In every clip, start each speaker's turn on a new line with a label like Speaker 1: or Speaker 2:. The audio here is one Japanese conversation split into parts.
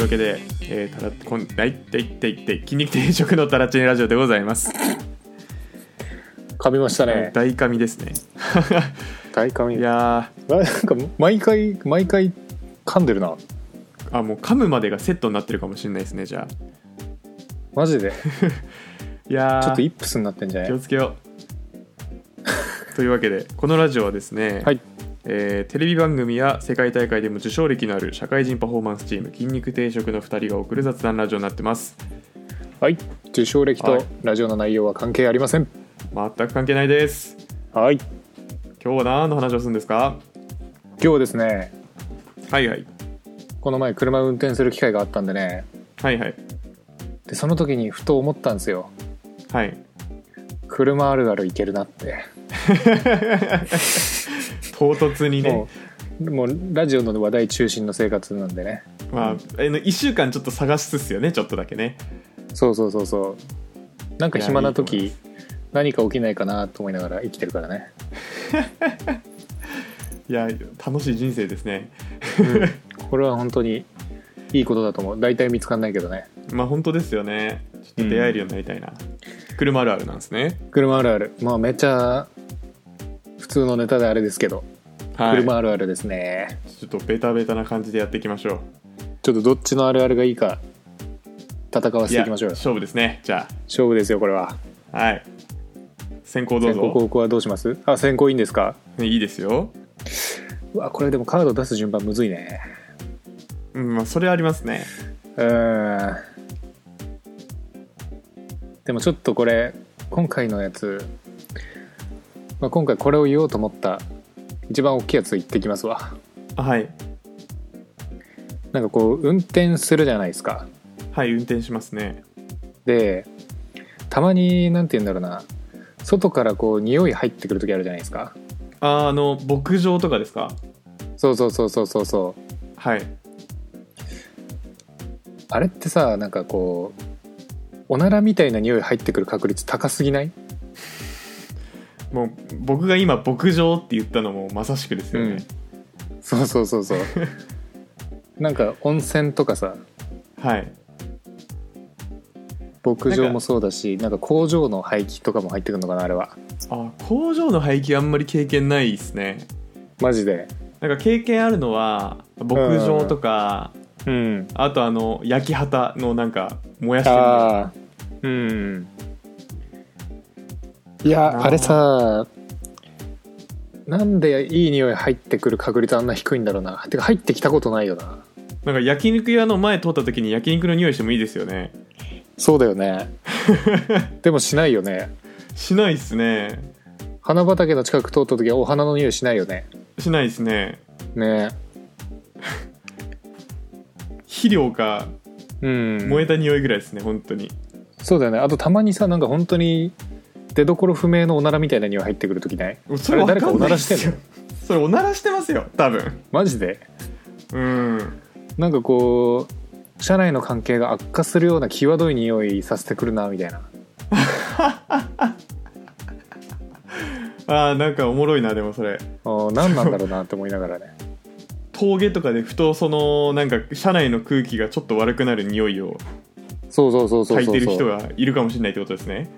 Speaker 1: わけで、えー、たらこんだいっていっていって筋肉定食のタラチネラジオでございます、
Speaker 2: 噛みましたね
Speaker 1: 大神ですね
Speaker 2: 大噛み
Speaker 1: い
Speaker 2: な
Speaker 1: や
Speaker 2: なんか毎回毎回噛んでるな
Speaker 1: ーあもう噛むまでがセットになってるかもしれないですねじゃあ
Speaker 2: マジで
Speaker 1: いやー
Speaker 2: ちょっとイップスになってんじゃない
Speaker 1: 気をつけよう というわけでこのラジオはですね、
Speaker 2: はい
Speaker 1: えーテレビ番組や世界大会でも受賞歴のある社会人パフォーマンスチーム筋肉定食の2人が送る雑談ラジオになってます
Speaker 2: はい受賞歴
Speaker 1: は
Speaker 2: と
Speaker 1: い
Speaker 2: ラジオの内容は関係ありません
Speaker 1: 全く関係ないです
Speaker 2: はい
Speaker 1: 今日は何の話をするんですか
Speaker 2: 今日ですね
Speaker 1: はいはい
Speaker 2: この前車運転する機会があったんでね
Speaker 1: はいはい
Speaker 2: でその時にふと思ったんですよ
Speaker 1: はい
Speaker 2: 車あるあるいけるなって
Speaker 1: 唐突にね
Speaker 2: もうもうラジオの話題中心の生活なんでね
Speaker 1: まあ1週間ちょっと探しつつよねちょっとだけね
Speaker 2: そうそうそうそうなんか暇な時
Speaker 1: いやいい
Speaker 2: 何か起きないかなと思いながら生きてるからね
Speaker 1: いや楽しい人生ですね
Speaker 2: これは本当にいいことだと思う大体見つかんないけどね
Speaker 1: まあ本当ですよねちょっと出会えるようになりたいな、車あるあるなんですね
Speaker 2: 車あるあるまあめっちゃ普通のネタであれですけど、
Speaker 1: はい
Speaker 2: 車あるあるですね
Speaker 1: ちょっとベタベタな感じでやっていきましょ
Speaker 2: ちょっとどっちのあるあるがいいか戦わ
Speaker 1: う。
Speaker 2: せていきましょうよ
Speaker 1: 勝負ですね。じゃ
Speaker 2: 勝負ですよこれは
Speaker 1: あ、はい。先行どう
Speaker 2: 先行
Speaker 1: ぞ。
Speaker 2: 後攻はどうしますあ先行いいんですか
Speaker 1: いいですよ。
Speaker 2: うわこれでもカード出す順番むずいね
Speaker 1: うん、まあ、それありますね。
Speaker 2: うーんでもちょっとこれ今回のやつ、まあ、今回これを言おうと思った一番大きいやつ言ってきますわ
Speaker 1: はい。
Speaker 2: なんかこう運転するじゃないですか
Speaker 1: はい、運転しますね。
Speaker 2: でたまに何て言うんだろうな外からこう匂い入ってくる時あるじゃないですか
Speaker 1: あーあの、牧場とかですか
Speaker 2: そうそうそうそうそうそう
Speaker 1: はい。
Speaker 2: あれってさなんかこうおならみたいな匂い入ってくる確率高すぎない
Speaker 1: もう、僕が今、牧場って言ったのもまさしくですよね。
Speaker 2: そうそうそうそうなんか温泉とかさ
Speaker 1: はい。
Speaker 2: 牧場もそうだしなんか工場の排気とかも入ってくるのかなあれは
Speaker 1: あ工場の排気あんまり経験ないですね。
Speaker 2: マジで
Speaker 1: なんか経験あるのは、牧場とか、
Speaker 2: うん
Speaker 1: あとあの、焼き旗のなんか、燃やしてるの
Speaker 2: ああうんい
Speaker 1: な
Speaker 2: や
Speaker 1: あ
Speaker 2: あれさなんでいい匂い入ってくる確率あんな低いんだろうなてか入ってきたことないよな
Speaker 1: なんか焼肉屋の前通った時に焼肉の匂いしてもいいですよね
Speaker 2: そうだよね でもしないよね
Speaker 1: しないっすね
Speaker 2: 花畑の近く通った時はお花の匂いしないよね
Speaker 1: しないっすね
Speaker 2: ね
Speaker 1: 肥料か
Speaker 2: うん
Speaker 1: 燃えた匂いぐらいですね本当に
Speaker 2: そうだよねあとたまにさなんか本当に出どころ不明のおならみたいな匂い入ってくる時ない
Speaker 1: それ
Speaker 2: あ
Speaker 1: 分
Speaker 2: れ誰
Speaker 1: か
Speaker 2: かお
Speaker 1: んな
Speaker 2: ない
Speaker 1: っ
Speaker 2: らし
Speaker 1: す
Speaker 2: て
Speaker 1: よ
Speaker 2: んの
Speaker 1: それおならしてますよ多分
Speaker 2: マジで
Speaker 1: うん
Speaker 2: なんかこう社内の関係が悪化するような際どい匂いさせてくるなみたいな
Speaker 1: あーなんかおもろいなでもそれ
Speaker 2: あー何なんだろうなって思いながらね
Speaker 1: 峠とかでふとそのなんか車内の空気がちょっと悪くなる匂いを
Speaker 2: そうそうそうそう
Speaker 1: 嗅い
Speaker 2: そう
Speaker 1: てる人
Speaker 2: そう
Speaker 1: がいるかもしれないってことですね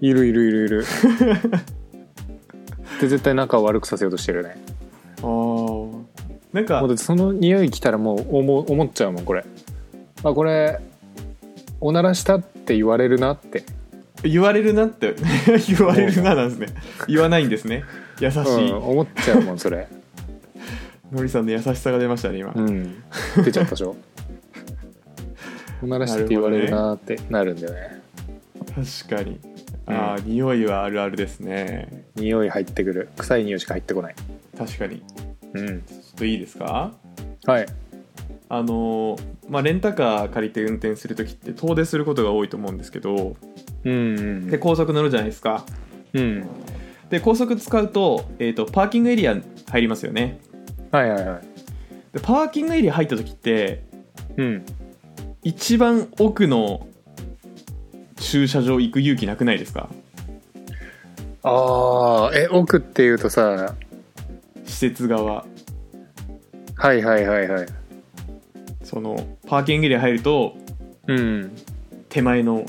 Speaker 2: いるいるいる いるで絶対仲を悪くさせようとしてるよね
Speaker 1: あーなんか
Speaker 2: もうだってその匂い来たらもう思う思っちゃうもんこれあこれおならしたって言われるなって
Speaker 1: 言われるなって 言われるななんですね言わないんですね優しい、
Speaker 2: うん、思っちゃうもん それ
Speaker 1: のりさんの優しさが出ましたね今、
Speaker 2: うん出ちゃったで しょおならしたって言われるなってなるんだよね
Speaker 1: 確かにああ、匂いはあるあるですね
Speaker 2: 匂い入ってくる臭い匂いしか入ってこない
Speaker 1: 確かにち
Speaker 2: うん
Speaker 1: ょっといいですか
Speaker 2: はい
Speaker 1: あのーまあレンタカー借りて運転する時って遠出することが多いと思うんですけど
Speaker 2: うんう
Speaker 1: で
Speaker 2: ん
Speaker 1: 高速乗るじゃないですか
Speaker 2: うん
Speaker 1: で高速使うと,、えー、とパーキングエリア入りますよね
Speaker 2: はいはいはい
Speaker 1: でパーキングエリア入った時って
Speaker 2: うん
Speaker 1: 一番奥の駐車場行く勇気なくないですか
Speaker 2: ああえ奥っていうとさ
Speaker 1: 施設側
Speaker 2: はいはいはいはい
Speaker 1: そのパーキングエリア入ると
Speaker 2: うん
Speaker 1: 手前の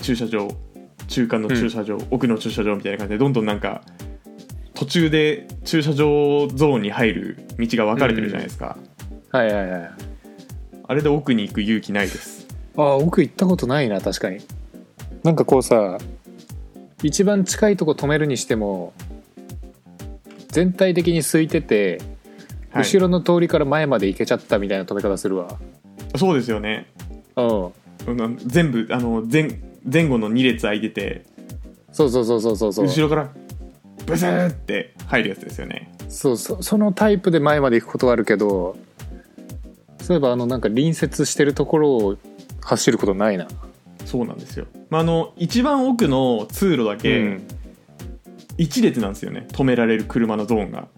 Speaker 1: 駐車場中間の駐車場、奥の駐車場みたいな感じでどんどんなんか途中で駐車場ゾーンに入る道が分かれてるじゃないですか、
Speaker 2: はいはいはいあ
Speaker 1: あれで奥に行く勇気ないです
Speaker 2: あ奥行ったことないな確かになんかこうさ一番近いとこ止めるにしても全体的に空いてて、
Speaker 1: はい
Speaker 2: 後ろの通りから前まで行けちゃったみたいな止め方するわ
Speaker 1: そうですよね
Speaker 2: うん
Speaker 1: うん全部あの前前後の2列空いてて
Speaker 2: そうそうそうそうそうそう
Speaker 1: 後ろからブスーって入るやつですよね
Speaker 2: そうそそのタイプで前まで行くことはあるけどそういえばあのなんか隣接してるところを走ることないな、
Speaker 1: そうなんですよ、まあ、あの一番奥の通路だけ1列なんですよね、止められる車のゾーンが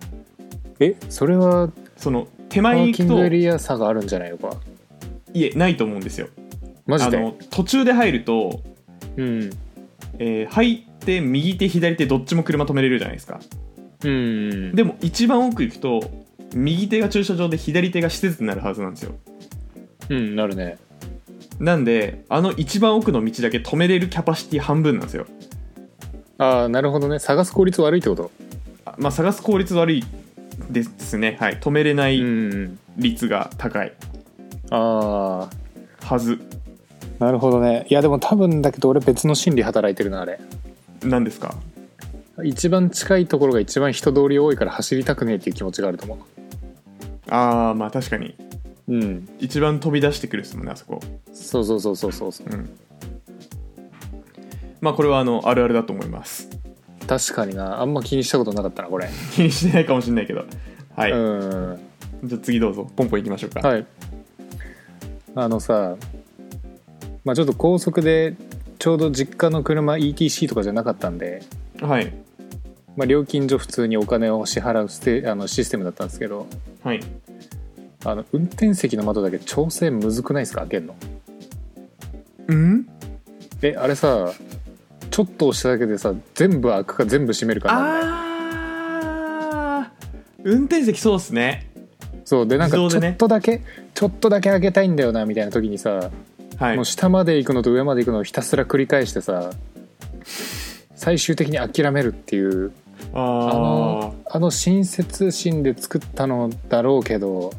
Speaker 2: えそれは
Speaker 1: その手
Speaker 2: パ
Speaker 1: 前に
Speaker 2: ーキ
Speaker 1: 行
Speaker 2: ン
Speaker 1: く
Speaker 2: グエ
Speaker 1: と
Speaker 2: リア差があるんじゃないのか
Speaker 1: いえないと思うんですよ
Speaker 2: マ
Speaker 1: あ
Speaker 2: ジで
Speaker 1: の途中で入ると、
Speaker 2: うん
Speaker 1: えー入って右手左手どっちも車止めれるじゃないですか
Speaker 2: うん
Speaker 1: でも一番奥行くと右手が駐車場で左手が施設になるはずなんですよ
Speaker 2: うんなるね
Speaker 1: なんであの一番奥の道だけ止めれるキャパシティ半分なんですよ
Speaker 2: ああなるほどね探す効率悪いってこと
Speaker 1: あまあ探す効率悪いですねはい止めれな
Speaker 2: う
Speaker 1: い
Speaker 2: ん
Speaker 1: 率が高い
Speaker 2: ああ
Speaker 1: はず
Speaker 2: なるほどねいやでも多分だけど俺別の心理働いてるなあれ
Speaker 1: なんですか
Speaker 2: 一番近いところが一番人通り多いから走りたくねえっていう気持ちがあると思
Speaker 1: あーまあ確かに
Speaker 2: ううん
Speaker 1: 一番飛び出してくるですもんねあそこ
Speaker 2: そうそうそうそうそうそう
Speaker 1: うんまあこれはあのあるあるだと思います
Speaker 2: 確かになあんま気にしたことなかったなこれ、
Speaker 1: 気にしてないかもしれないけどはい、
Speaker 2: うん
Speaker 1: じゃあ次どうぞポンポンいきましょうか、
Speaker 2: はいあのさまあちょっと高速でちょうど実家の車 ETC とかじゃなかったんで、
Speaker 1: はい、はい
Speaker 2: まあ、料金所普通にお金を支払うステあのシステムだったんですけどあの運転席の窓だけ調整むずくないですか開けるの
Speaker 1: うん
Speaker 2: えあれさちょっと押しただけでさ全部開くか全部閉めるかなんない
Speaker 1: あー運転席そうっすね
Speaker 2: そうでなんかちょ
Speaker 1: 自動でね
Speaker 2: っとだけ、ちょっとだけ開けたいんだよなみたいな時にさ
Speaker 1: はい
Speaker 2: もう下まで行くのと上まで行くのをひたすら繰り返してさ最終的に諦めるっていう
Speaker 1: あ
Speaker 2: あ
Speaker 1: ー
Speaker 2: のあの親切心で作ったのだろうけど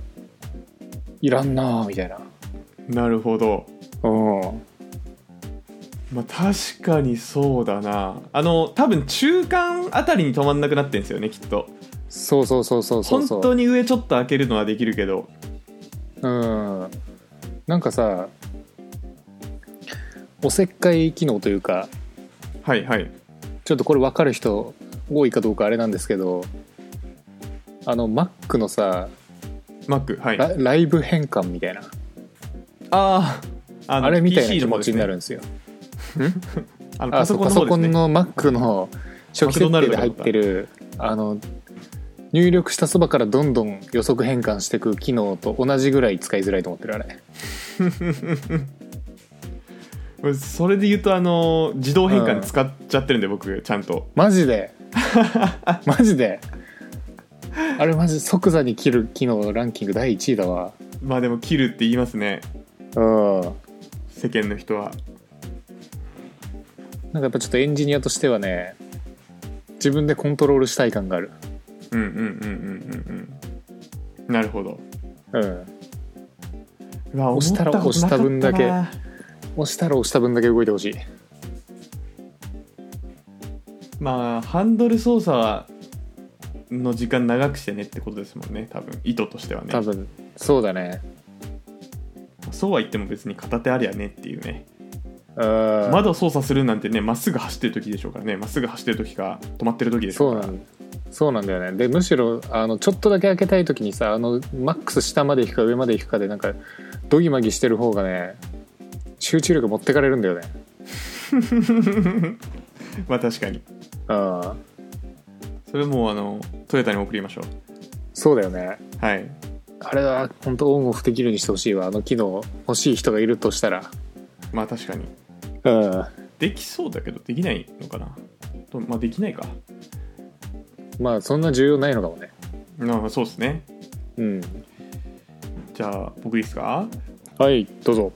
Speaker 2: いらんなあみたいな
Speaker 1: なるほど
Speaker 2: うん
Speaker 1: まあ、確かにそうだなあの多分中間あたりに止まんなくなってんですよねきっと
Speaker 2: そうそうそうそうそうそう
Speaker 1: 本当に上ちょっと開けるのはできるけど
Speaker 2: うんなんかさおせっかい機能というか
Speaker 1: はいはい
Speaker 2: ちょっとこれ分かる人多いかどうかあれなんですけどあの Mac のさ
Speaker 1: マックはい
Speaker 2: ラ
Speaker 1: あ
Speaker 2: ライブ変換みたいな
Speaker 1: あーあの
Speaker 2: あれみたいな
Speaker 1: PC
Speaker 2: 気
Speaker 1: の方
Speaker 2: 持
Speaker 1: で
Speaker 2: ち
Speaker 1: す
Speaker 2: に
Speaker 1: ね
Speaker 2: なるんですよ。
Speaker 1: あの
Speaker 2: あ
Speaker 1: パソ
Speaker 2: そう
Speaker 1: コン
Speaker 2: パ
Speaker 1: の方
Speaker 2: ソ
Speaker 1: で
Speaker 2: コ
Speaker 1: すね
Speaker 2: ンの Mac の初期設定で入ってるあの入力したそばからどんどん予測変換していく機能と同じぐらい使いづらいと思ってるあれ
Speaker 1: それで言うとあの自動変換使っちゃってるんで、僕ちゃんと
Speaker 2: マ ジでマジであれマジ即座に切る機能ランキング第1位だわ
Speaker 1: まあでも切るって言いますね
Speaker 2: うん
Speaker 1: 世間の人は
Speaker 2: なんかやっぱちょっとエンジニアとしてはね自分でコントロールしたい感がある
Speaker 1: うんうんうんうんうんうんなるほど
Speaker 2: うん
Speaker 1: うわ
Speaker 2: 押したら
Speaker 1: 思ことなかったな
Speaker 2: 押した分だけ押したら押した分だけ動いてほしい
Speaker 1: まあハンドル操作の時間長くしてねってことですもんね多分意図としてはね
Speaker 2: 多分そうだね
Speaker 1: そうは言っても別に片手ありゃねっていうね
Speaker 2: うん
Speaker 1: 窓操作するなんてねまっすぐ走ってる時でしょうからねまっすぐ走ってる時か止まってる時でしょ
Speaker 2: そうう
Speaker 1: か
Speaker 2: な
Speaker 1: ら
Speaker 2: んそうなんだよねでむしろあのちょっとだけ開けたい時にさあのマックス下まで行くか上まで行くかでなんかドギマギしてる方がね集中力持ってかれるんだよね
Speaker 1: まあ確かに
Speaker 2: うん
Speaker 1: それもうあのトヨタに送りましょう
Speaker 2: そうだよね
Speaker 1: はい
Speaker 2: あれは本当オンオフできるようにしてほしいわあの機能欲しい人がいるとしたら
Speaker 1: まあ確かに
Speaker 2: うん
Speaker 1: できそうだけどできないのかなとまあできないか
Speaker 2: まあそんな重要ないのかもね
Speaker 1: まあそうですね
Speaker 2: うん
Speaker 1: じじゃあ僕いいですか
Speaker 2: はいどうぞ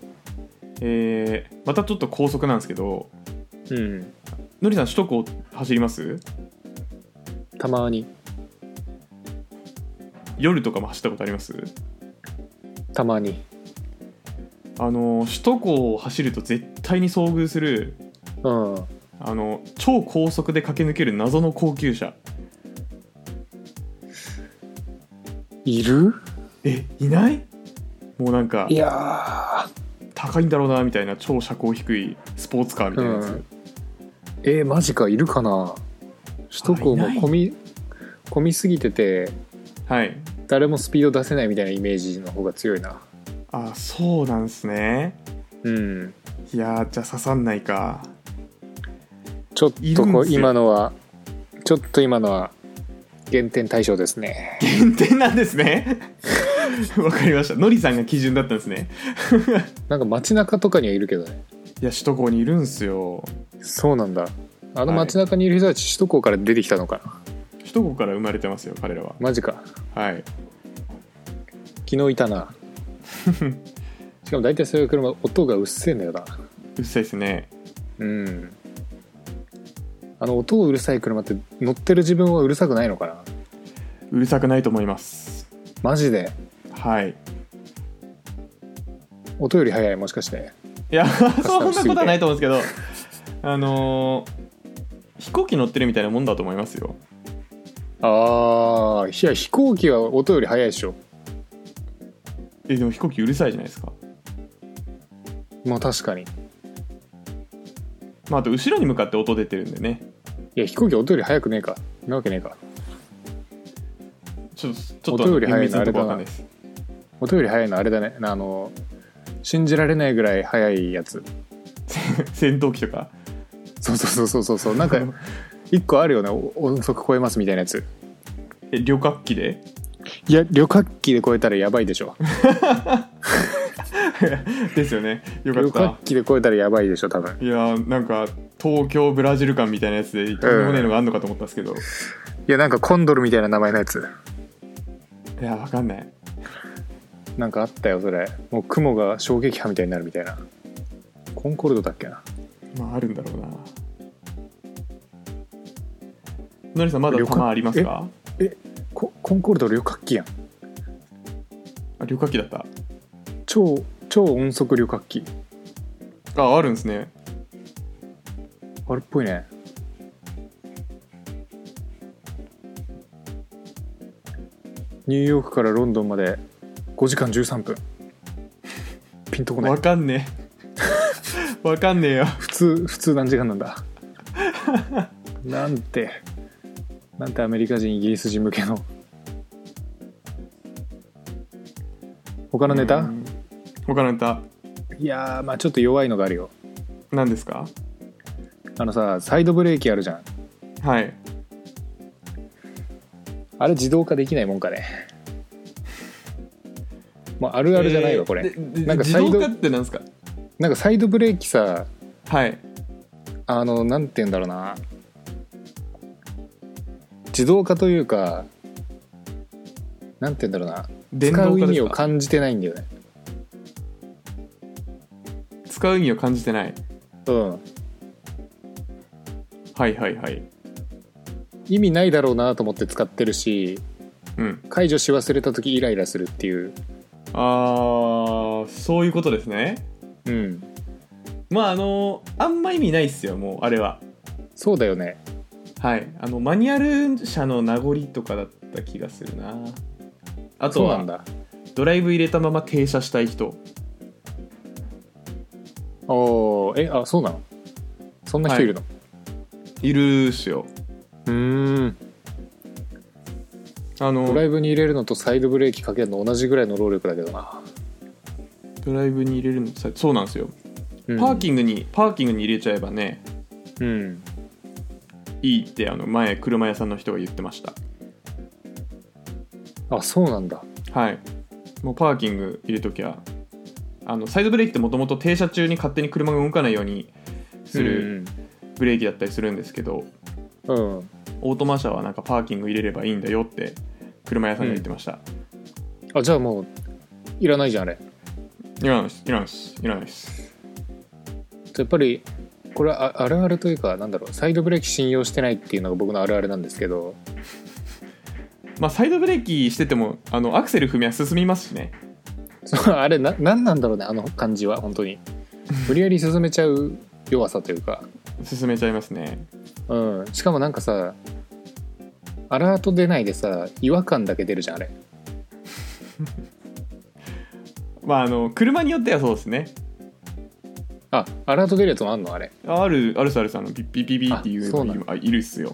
Speaker 1: えー、またちょっと高速なんですけど
Speaker 2: うん
Speaker 1: のりさん首都高走ります
Speaker 2: たまに
Speaker 1: 夜とかも走ったことあります
Speaker 2: たまに
Speaker 1: あの首都高を走ると絶対に遭遇する
Speaker 2: うん
Speaker 1: あの超高速で駆け抜ける謎の高級車
Speaker 2: いる
Speaker 1: えいないもうなんか
Speaker 2: いや
Speaker 1: 高いんだろうなみたいな超車高低いスポーツカーみたいなやつ、
Speaker 2: うんえーマジかいるかな首都高も
Speaker 1: あいない
Speaker 2: 混み混みすぎてて
Speaker 1: はい
Speaker 2: 誰もスピード出せないみたいなイメージの方が強いな
Speaker 1: あそうなんすね
Speaker 2: うん
Speaker 1: いやーじゃあ刺さんないか
Speaker 2: ちょっ
Speaker 1: い
Speaker 2: と
Speaker 1: るん
Speaker 2: こ
Speaker 1: ですよ
Speaker 2: 今のはちょっと今のは減点対象ですね
Speaker 1: 減点なんですね わかりましたのりさんが基準だったんですね
Speaker 2: なんか街中とかにはいるけどね
Speaker 1: いや首都高にいるんすよ
Speaker 2: そうなんだあの
Speaker 1: はい
Speaker 2: 街中にいる人たち首都高から出てきたのかな
Speaker 1: 首都高から生まれてますよ彼らは
Speaker 2: マジか
Speaker 1: はい
Speaker 2: 昨日いたな しかも大体そういう車音がうっせえんだよな
Speaker 1: うっさいですね
Speaker 2: うんあの音うるさい車って乗ってる自分はうるさくないのかな
Speaker 1: うるさくないと思います
Speaker 2: マジで
Speaker 1: はい
Speaker 2: 音より速いもしかして
Speaker 1: いや
Speaker 2: か
Speaker 1: そん
Speaker 2: に
Speaker 1: なことはないと思うんですけどあのー飛行機乗ってるみたいなもんだと思いますよ
Speaker 2: ああいや飛行機は音より速いでしょ
Speaker 1: えでも飛行機うるさいじゃないですか
Speaker 2: まあ確かにい
Speaker 1: まああと後ろに向かって音出てるんでね
Speaker 2: や飛行機は音より速くねえかなわけねえか
Speaker 1: ちょっとちょっ
Speaker 2: 音よ
Speaker 1: と
Speaker 2: り速い
Speaker 1: 厳
Speaker 2: の
Speaker 1: 密なとこ
Speaker 2: あれだな
Speaker 1: わかんないです
Speaker 2: 音より速いのあれだねあの信じられないぐらい速いやつ
Speaker 1: 戦闘機とか
Speaker 2: そうそうそうそうそうなん か一個あるよねお音速超えますみたいなやつ
Speaker 1: え旅客機で
Speaker 2: いや旅客機で超えたらやばいでしょ
Speaker 1: ですよねよか
Speaker 2: 旅
Speaker 1: っ
Speaker 2: 客機で超えたらやばいでしょ多分
Speaker 1: たいやーなんか東京ブラジル間みたいなやつでとんでもねえのがあんのかと思ったんですけど、
Speaker 2: いやなんかコンドルみたいな名前のやつ
Speaker 1: いやわかんない
Speaker 2: なんかあったよそれもう雲が衝撃波みたいになるみたいなコンコルドだっけな
Speaker 1: まああるんだろうなのりさんまだ
Speaker 2: 旅客
Speaker 1: 弾ありますか
Speaker 2: ココンコルド旅客機やん
Speaker 1: あ旅客機だった
Speaker 2: 超超音速旅客機
Speaker 1: ああるんですね
Speaker 2: あれっぽいねニューヨークからロンドンまで5時間13分ピンとこない
Speaker 1: わかんねえ わかんねえよ
Speaker 2: 普通普通何時間な んだなんてなんてアメリカ人イギリス人向けの他のネタ
Speaker 1: うん他のネタ
Speaker 2: いやーまあちょっと弱いのがあるよ
Speaker 1: 何ですか
Speaker 2: あのさサイドブレーキあるじゃん
Speaker 1: はい
Speaker 2: あれ自動化できないもんかねもうあるあるじゃない
Speaker 1: え
Speaker 2: わ
Speaker 1: ー
Speaker 2: これ、
Speaker 1: でで
Speaker 2: なんか
Speaker 1: 自
Speaker 2: サイド
Speaker 1: 動化ってなんですか
Speaker 2: なんかサイドブレーキさ
Speaker 1: はい
Speaker 2: あのなんて言うんだろうな自動化というかなんて言うんだろうな
Speaker 1: 電
Speaker 2: 使
Speaker 1: 動
Speaker 2: う意
Speaker 1: 化で
Speaker 2: 味
Speaker 1: す
Speaker 2: を
Speaker 1: か
Speaker 2: 感じてないんだよね
Speaker 1: 使う意味を感じてない
Speaker 2: うん
Speaker 1: はいはいはい
Speaker 2: 意味ないだろうなと思って使ってるし
Speaker 1: うん
Speaker 2: 解除し忘れた時イライラするっていう
Speaker 1: ああそういうことですね
Speaker 2: うん
Speaker 1: まああのあんま意味ないっすよもうあれは
Speaker 2: そうだよね
Speaker 1: はいあのマニュアル車の名残とかだった気がするなあと
Speaker 2: そうなん
Speaker 1: は
Speaker 2: だ
Speaker 1: ドライブ入れたまま停車したい人
Speaker 2: おーえあそうなのそんな人いるの、
Speaker 1: いるっすよ
Speaker 2: うーん
Speaker 1: あの
Speaker 2: ドライブに入れるのとサイドブレーキかけるの同じぐらいの労力だけどな、
Speaker 1: ドライブに入れるのさそうなんですよ
Speaker 2: うん、
Speaker 1: パーキングに、パーキングに入れちゃえばね
Speaker 2: うん
Speaker 1: いいってあの前車屋さんの人が言ってました
Speaker 2: あそうなんだ
Speaker 1: はいもうパーキング入れときゃあのサイドブレーキってもともと停車中に勝手に車が動かないようにするブレーキだったりするんですけど、
Speaker 2: うん、うん、
Speaker 1: オートマ車はなんかパーキング入れればいいんだよって車屋さんが言ってました、
Speaker 2: あじゃあもういらないじゃんあれ
Speaker 1: いらないですいらないですいらないです
Speaker 2: やっぱりこれはああるあるというかなんだろうサイドブレーキ信用してないっていうのが僕のあるあるなんですけど
Speaker 1: まあサイドブレーキしててもあのアクセル踏みは進みますしね
Speaker 2: そう あれな何なんだろうねあの感じは本 当に無理やり進めちゃう弱さというか、
Speaker 1: 進めちゃいますね
Speaker 2: うん、しかもなんかさアラート出ないでさ違和感だけ出るじゃんあれ
Speaker 1: まああの車によってはそうですね
Speaker 2: あアラート出るやつもあんのあれ
Speaker 1: ああるあるさあるさあのピッピッピッピッっていう
Speaker 2: あそう
Speaker 1: の
Speaker 2: なん
Speaker 1: あいるっすよ、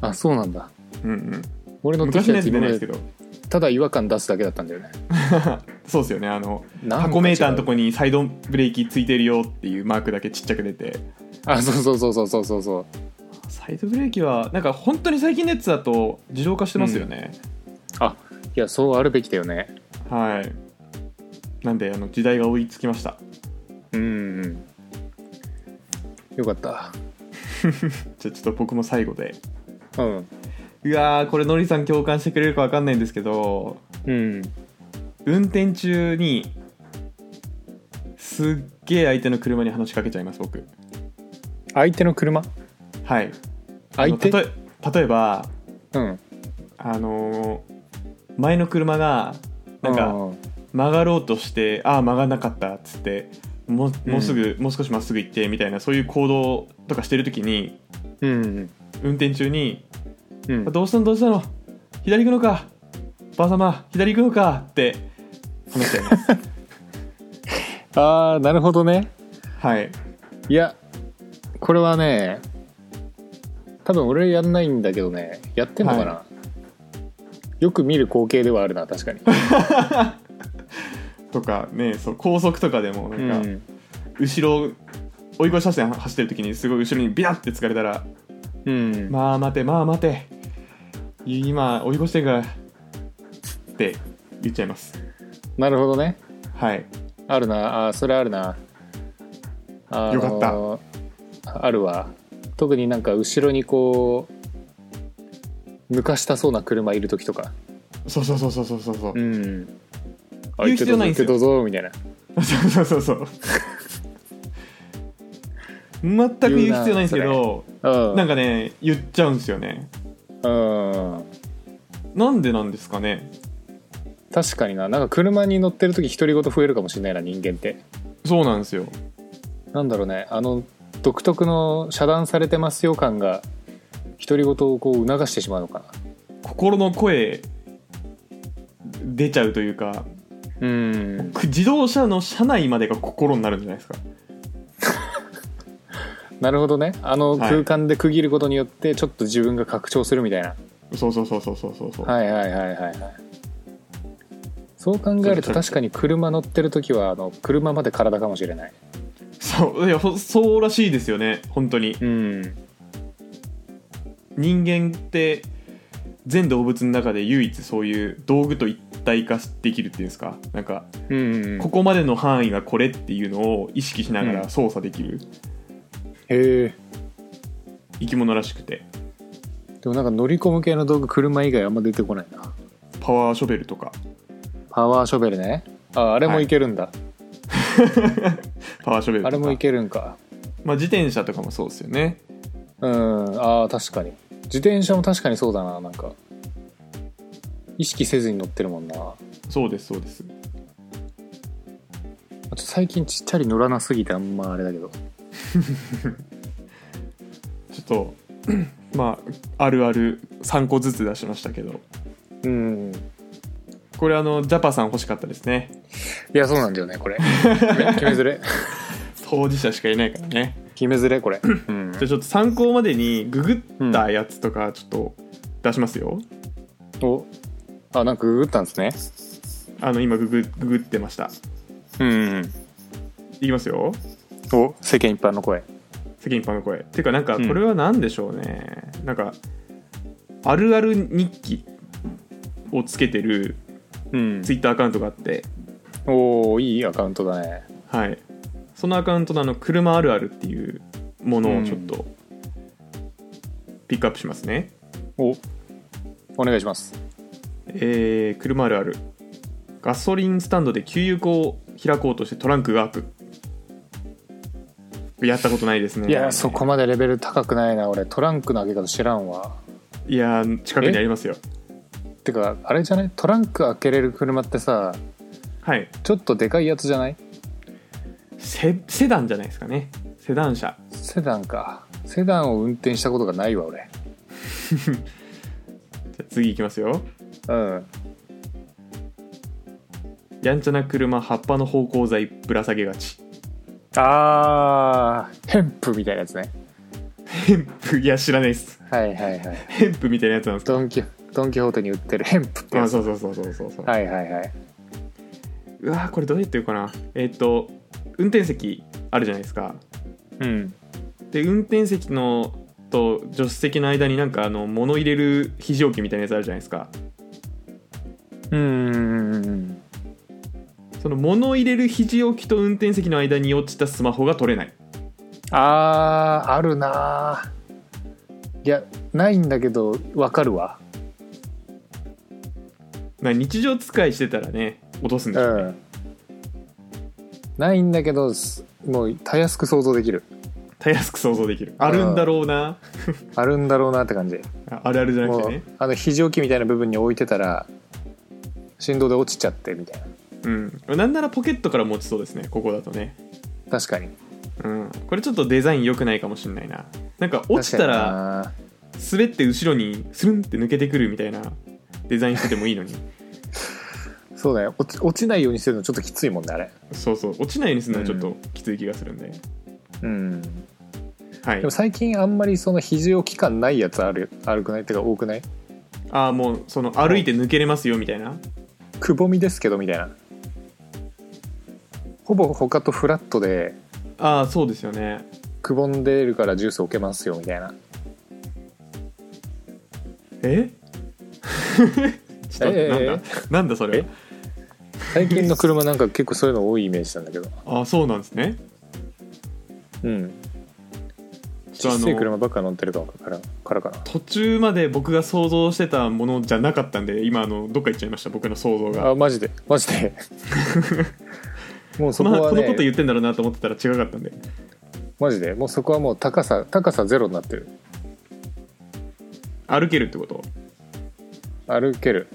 Speaker 2: あそうなんだ
Speaker 1: うんうん、
Speaker 2: 俺の
Speaker 1: 昔のやつ出ないですけ
Speaker 2: ど
Speaker 1: ど
Speaker 2: ただ違和感出すだけだったんだよね
Speaker 1: そうですよねあの
Speaker 2: なんか違う
Speaker 1: 箱メーターのとこにサイドブレーキついてるよっていうマークだけちっちゃく出て
Speaker 2: あそうそうそうそうそうそうそう
Speaker 1: サイドブレーキはなんか本当に最近のやつだと自動化してますよね、
Speaker 2: いやそうあるべきだよね
Speaker 1: はいなんであの時代が追いつきました
Speaker 2: うんうんよかった
Speaker 1: じゃあちょっと僕も最後で
Speaker 2: うん
Speaker 1: うわーこれのりさん共感してくれるか分かんないんですけど
Speaker 2: うん
Speaker 1: 運転中にすっげえ相手の車に話しかけちゃいます僕
Speaker 2: 相手の車
Speaker 1: はいあ
Speaker 2: 相
Speaker 1: の
Speaker 2: 手
Speaker 1: たとえ例えば
Speaker 2: うん
Speaker 1: あのー前の車がなんか、
Speaker 2: うん
Speaker 1: 曲がろうとしてああ曲がんなかったっつってもうもうすぐ、もう少しまっすぐ行ってみたいなそういう行動とかしてる時に
Speaker 2: うん
Speaker 1: 運転中に
Speaker 2: う
Speaker 1: 「
Speaker 2: ん
Speaker 1: どうしたのどうしたの左行くのかばあ様左行くのか」って話しちゃい ます
Speaker 2: ああなるほどね
Speaker 1: はい
Speaker 2: いやこれはね多分俺やんないんだけどねやってんのかな、よく見る光景ではあるな確かに
Speaker 1: とかねそう高速とかでも
Speaker 2: う
Speaker 1: なんか、
Speaker 2: ん、
Speaker 1: 後ろ追い越し車線走ってる時にすごい後ろにビャって疲れたら
Speaker 2: うん
Speaker 1: 「まあ待てまあ待て今追い越してるから」って言っちゃいます
Speaker 2: なるほどね
Speaker 1: はい
Speaker 2: あるなあーそれあるなあ
Speaker 1: よか
Speaker 2: ったあるわ特になんか後ろにこう抜かしたそうな車いる時とか
Speaker 1: そうそうそうそうそうそうそう
Speaker 2: うんあ
Speaker 1: 言う必要ないん
Speaker 2: 行
Speaker 1: です
Speaker 2: け
Speaker 1: よ
Speaker 2: たぞ行けたぞみたいな
Speaker 1: そうそうそう そう全く言う必要ないんですけど
Speaker 2: うん
Speaker 1: なんかね言っちゃうんですよね
Speaker 2: うん
Speaker 1: なんでなんですかね
Speaker 2: 確かにななんか車に乗ってる時独り言増えるかもしれないな人間って
Speaker 1: そうなんですよ
Speaker 2: なんだろうねあの独特の遮断されてますよ感が独り言をこう促してしまうのか
Speaker 1: 心の声出ちゃうというか
Speaker 2: なうん
Speaker 1: く自動車の車内までが心になるんじゃないですか
Speaker 2: なるほどねあの
Speaker 1: はい
Speaker 2: 空間で区切ることによってちょっと自分が拡張するみたいな、
Speaker 1: そうそうそうそうそうそうそう、
Speaker 2: はい、はいはいはいはいそう考えると確かに車乗ってる時はあの車まで体かもしれない
Speaker 1: そういやほそうらしいですよね本当に
Speaker 2: うん
Speaker 1: 人間って全動物の中で唯一そういう道具と一体化できるっていうんですかなんか
Speaker 2: うんうん
Speaker 1: ここまでの範囲がこれっていうのを意識しながら操作できる
Speaker 2: へえ
Speaker 1: 生き物らしくて
Speaker 2: でもなんか乗り込む系の道具車以外あんま出てこないな
Speaker 1: パワーショベルとか
Speaker 2: パワーショベルねああれもいけるんだ、
Speaker 1: パワーショベルとか
Speaker 2: あれもいけるんか
Speaker 1: まあ、自転車とかもそうですよね
Speaker 2: うんあー確かに自転車も確かにそうだななんか意識せずに乗ってるもんなちょ
Speaker 1: そうですそうです
Speaker 2: っと最近ちっちゃり乗らなすぎてあんまあれだけど
Speaker 1: ちょっと まああるある3個ずつ出しましたけど
Speaker 2: うん
Speaker 1: これあのジャパさん欲しかったですね
Speaker 2: いやそうなんだよねこれ決めずれ
Speaker 1: 当事者しかいないからね
Speaker 2: 決めずれこれうん
Speaker 1: じゃあちょっと参考までにググったやつとかちょっと出しますよ、
Speaker 2: おあなんかググったんですね
Speaker 1: あの今ググググってました
Speaker 2: うん
Speaker 1: いきますよ
Speaker 2: お世間一般の声
Speaker 1: 世間一般の声っていうかなんかこ
Speaker 2: うん
Speaker 1: れは何でしょうね、なんかあるある日記をつけてる
Speaker 2: うん
Speaker 1: ツイッターアカウントがあって
Speaker 2: おおいいアカウントだね
Speaker 1: はいそのアカウントのあの車あるあるっていうものをちょっとピックアップしますね、
Speaker 2: おお願いします
Speaker 1: えー車あるあるガソリンスタンドで給油口を開こうとしてトランクが開くやったことないですね
Speaker 2: いやそこまでレベル高くないな俺トランクの開け方知らんわ
Speaker 1: いや近くにありますよ
Speaker 2: てかあれじゃないトランク開けれる車ってさ
Speaker 1: はい
Speaker 2: ちょっとでかいやつじゃない
Speaker 1: セセダンじゃないですかねセダン車
Speaker 2: セダンかセダンを運転したことがないわ俺
Speaker 1: じゃあ次いきますよ
Speaker 2: うん
Speaker 1: やんちゃな車葉っぱの芳香剤ぶら下げがち
Speaker 2: あーヘンプみたいなやつね
Speaker 1: ヘンプいや知らないです
Speaker 2: はいはいはい
Speaker 1: ヘンプみたいなやつなんです
Speaker 2: ドンキドン・キホーテに売ってるヘンプって
Speaker 1: か
Speaker 2: や
Speaker 1: あ
Speaker 2: つ
Speaker 1: そうそうそうそうそうそう、
Speaker 2: はいはいはいう
Speaker 1: わーこれどうやって言うかなえーっと運転席あるじゃないですか
Speaker 2: うん
Speaker 1: で運転席のと助手席の間になんかあの物入れる非常機みたいなやつあるじゃないですか
Speaker 2: うんうんうんうん
Speaker 1: その物入れる肘置きと運転席の間に落ちたスマホが取れない
Speaker 2: あーあるなーいやないんだけどわかるわ
Speaker 1: な日常使いしてたらね落とすんで
Speaker 2: う
Speaker 1: すよ、
Speaker 2: んないんだけどすもうたやすく想像できる
Speaker 1: たやすく想像できるあるんだろうな
Speaker 2: あるんだろうなって感じ
Speaker 1: ああるあるじゃな
Speaker 2: も
Speaker 1: くて
Speaker 2: う
Speaker 1: ね
Speaker 2: あの非常機みたいな部分に置いてたら振動で落ちちゃってみたいな
Speaker 1: うんなんならポケットから持ちそうですねここだとね
Speaker 2: 確かに
Speaker 1: うんこれちょっとデザイン良くないかもしれないななんか落ちたら
Speaker 2: ら
Speaker 1: 滑って後ろにスルンって抜けてくるみたいなデザインしててもいいのに
Speaker 2: そうだよ落ち落ちないようにするのちょっときついもんねあれ
Speaker 1: そうそう落ちないようにするのはちょっときつい気がするんで、
Speaker 2: うん
Speaker 1: はい
Speaker 2: でも最近あんまりその肘置き感ないやつあるあるくないってか多くない
Speaker 1: ああもうその歩いて抜けれますよみたいな
Speaker 2: くぼみですけどみたいなほぼ他とフラットで
Speaker 1: ああそうですよね
Speaker 2: くぼんでるからジュース置けますよみたいな
Speaker 1: え ちょっと
Speaker 2: え
Speaker 1: なんだ、
Speaker 2: え
Speaker 1: なんだそれは
Speaker 2: 最近の車なんか結構そういうの多いイメージなんだけど
Speaker 1: ああそうなんですね
Speaker 2: うん
Speaker 1: ちょっとあの
Speaker 2: 小さい車ばっか乗ってるからからかな
Speaker 1: 途中まで僕が想像してたものじゃなかったんで今あのどっか行っちゃいました僕の想像が
Speaker 2: あマジでマジ でもうそ
Speaker 1: こ
Speaker 2: こ
Speaker 1: の
Speaker 2: は
Speaker 1: このこと
Speaker 2: ね
Speaker 1: 言ってんだろうなと思ってたら違かったんで
Speaker 2: マジでもうそこはもう高さ高さゼロになってる
Speaker 1: 歩けるってこと
Speaker 2: 歩ける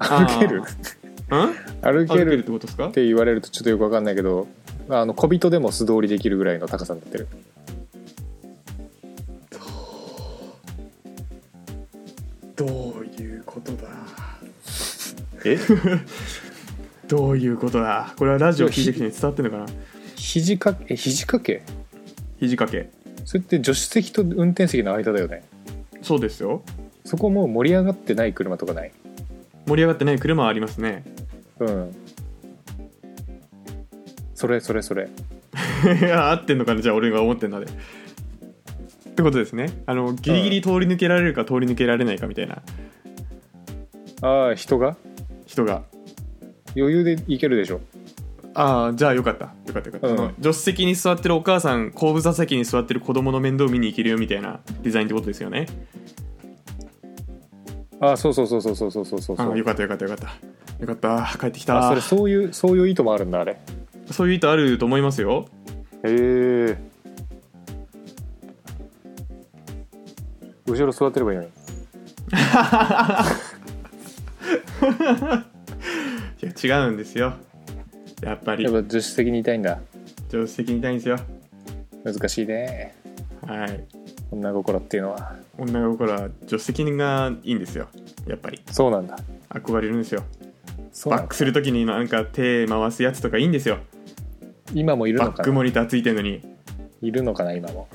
Speaker 1: あー
Speaker 2: 歩ける
Speaker 1: うん
Speaker 2: 歩
Speaker 1: 歩
Speaker 2: け
Speaker 1: けるっ
Speaker 2: る
Speaker 1: てことですか
Speaker 2: って言われるとちょっとよくわかんないけどあの小人でも素通りできるぐらいの高さになってる
Speaker 1: どういうことだ
Speaker 2: え
Speaker 1: どういうことだこれはラジオ聞いてる人に伝わってんのかな
Speaker 2: 肘掛けえ肘掛け
Speaker 1: 肘掛け
Speaker 2: それって助手席と運転席の間だよね
Speaker 1: そうですよ
Speaker 2: そこもう盛り上がってない車とかない
Speaker 1: 盛り上がってない車はありますね
Speaker 2: うんそれそれそれ
Speaker 1: いや合ってんのかなじゃあ俺が思ってんのでってことですねあのギリギリ通り抜けられるか通り抜けられないかみたいな
Speaker 2: ああ人が
Speaker 1: 人が
Speaker 2: 余裕で行けるでしょ
Speaker 1: ああじゃあよかったよかったよかった、
Speaker 2: うん
Speaker 1: あの助手席に座ってるお母さん後部座席に座ってる子供の面倒見に行けるよみたいなデザインってことですよね
Speaker 2: ああそうそうそうそうそうそうそうそう
Speaker 1: ああよかったよかったよかったよかった帰ってき
Speaker 2: あ
Speaker 1: た
Speaker 2: それそういうそういう意図もあるんだあれへ
Speaker 1: そういう意図あると思いますよ
Speaker 2: え後ろ座ってればいいのに
Speaker 1: いや違うんですよやっぱり
Speaker 2: やっぱ助手席にいたいんだ
Speaker 1: 助手席にいたいんですよ
Speaker 2: 難しいね
Speaker 1: はい
Speaker 2: 女心っていうのは
Speaker 1: 女の子ら助手席がいいんですよやっぱり
Speaker 2: そうなんだ
Speaker 1: 憧れるんですよ
Speaker 2: そう
Speaker 1: バ
Speaker 2: な
Speaker 1: ッ
Speaker 2: んだ
Speaker 1: クするときになんか手回すやつとかいいんですよ
Speaker 2: 今もいる
Speaker 1: バ
Speaker 2: の
Speaker 1: ッ
Speaker 2: か
Speaker 1: ク
Speaker 2: な
Speaker 1: モニターついてるのに
Speaker 2: いるのかな今も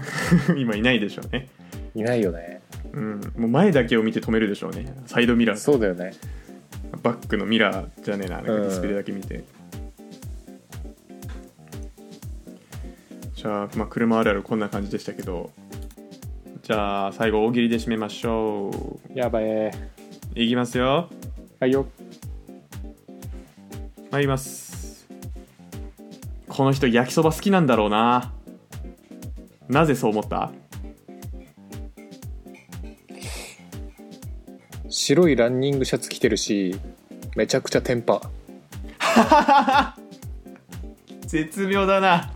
Speaker 1: 今いないでしょうね
Speaker 2: いないよね
Speaker 1: うんもう前だけを見て止めるでしょうねサイドミラー
Speaker 2: そうだよね
Speaker 1: バックのミラーじゃねえななんか
Speaker 2: うん
Speaker 1: ディスプレイだけ見て、じゃあ、まあ、車あるあるこんな感じでしたけどじゃあ最後大喜利で締めましょ
Speaker 2: やばえ
Speaker 1: ういきますよ
Speaker 2: はいよ
Speaker 1: 参りますこの人焼きそば好きなんだろうななぜそう思った
Speaker 2: 白いランニングシャツ着てるしめちゃくちゃテンパ
Speaker 1: 絶妙だな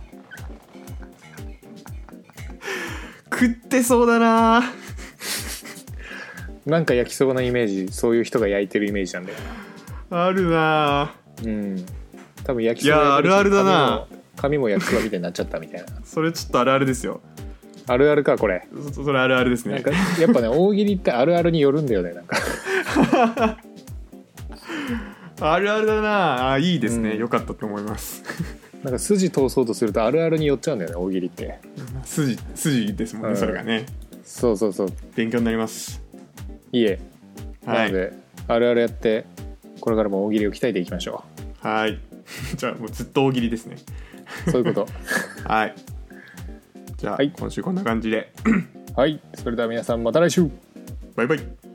Speaker 1: 食ってそうだな
Speaker 2: なんか焼きそばのイメージそういう人が焼いてるイメージなんだよ
Speaker 1: あるな
Speaker 2: うん多分焼き
Speaker 1: い
Speaker 2: そば
Speaker 1: やーあるあるだな
Speaker 2: 髪も髪も焼きそばみたいになっちゃったみたいな
Speaker 1: それちょっとあるあるですよ
Speaker 2: あるあるかこれ
Speaker 1: そそれあるあるです
Speaker 2: なん
Speaker 1: ね
Speaker 2: かやっぱね大喜利ってあるあるによるんだよねなんか
Speaker 1: あるあるだなあいいですね、
Speaker 2: うん
Speaker 1: よかったと思います
Speaker 2: なんか筋通そうとするとあるあるによっちゃうんだよね大喜利って
Speaker 1: 筋筋ですもんね、
Speaker 2: うん
Speaker 1: それがね
Speaker 2: そうそうそう
Speaker 1: 勉強になります
Speaker 2: いえ
Speaker 1: は
Speaker 2: なの
Speaker 1: い
Speaker 2: であるあるやってこれからも大喜利を鍛えていきましょ
Speaker 1: はい じゃあもうずっと大喜利ですね
Speaker 2: うそういうこと
Speaker 1: はいじゃあ、
Speaker 2: はい
Speaker 1: 今週こんな感じで
Speaker 2: はいそれでは皆さんまた来週
Speaker 1: バイバイ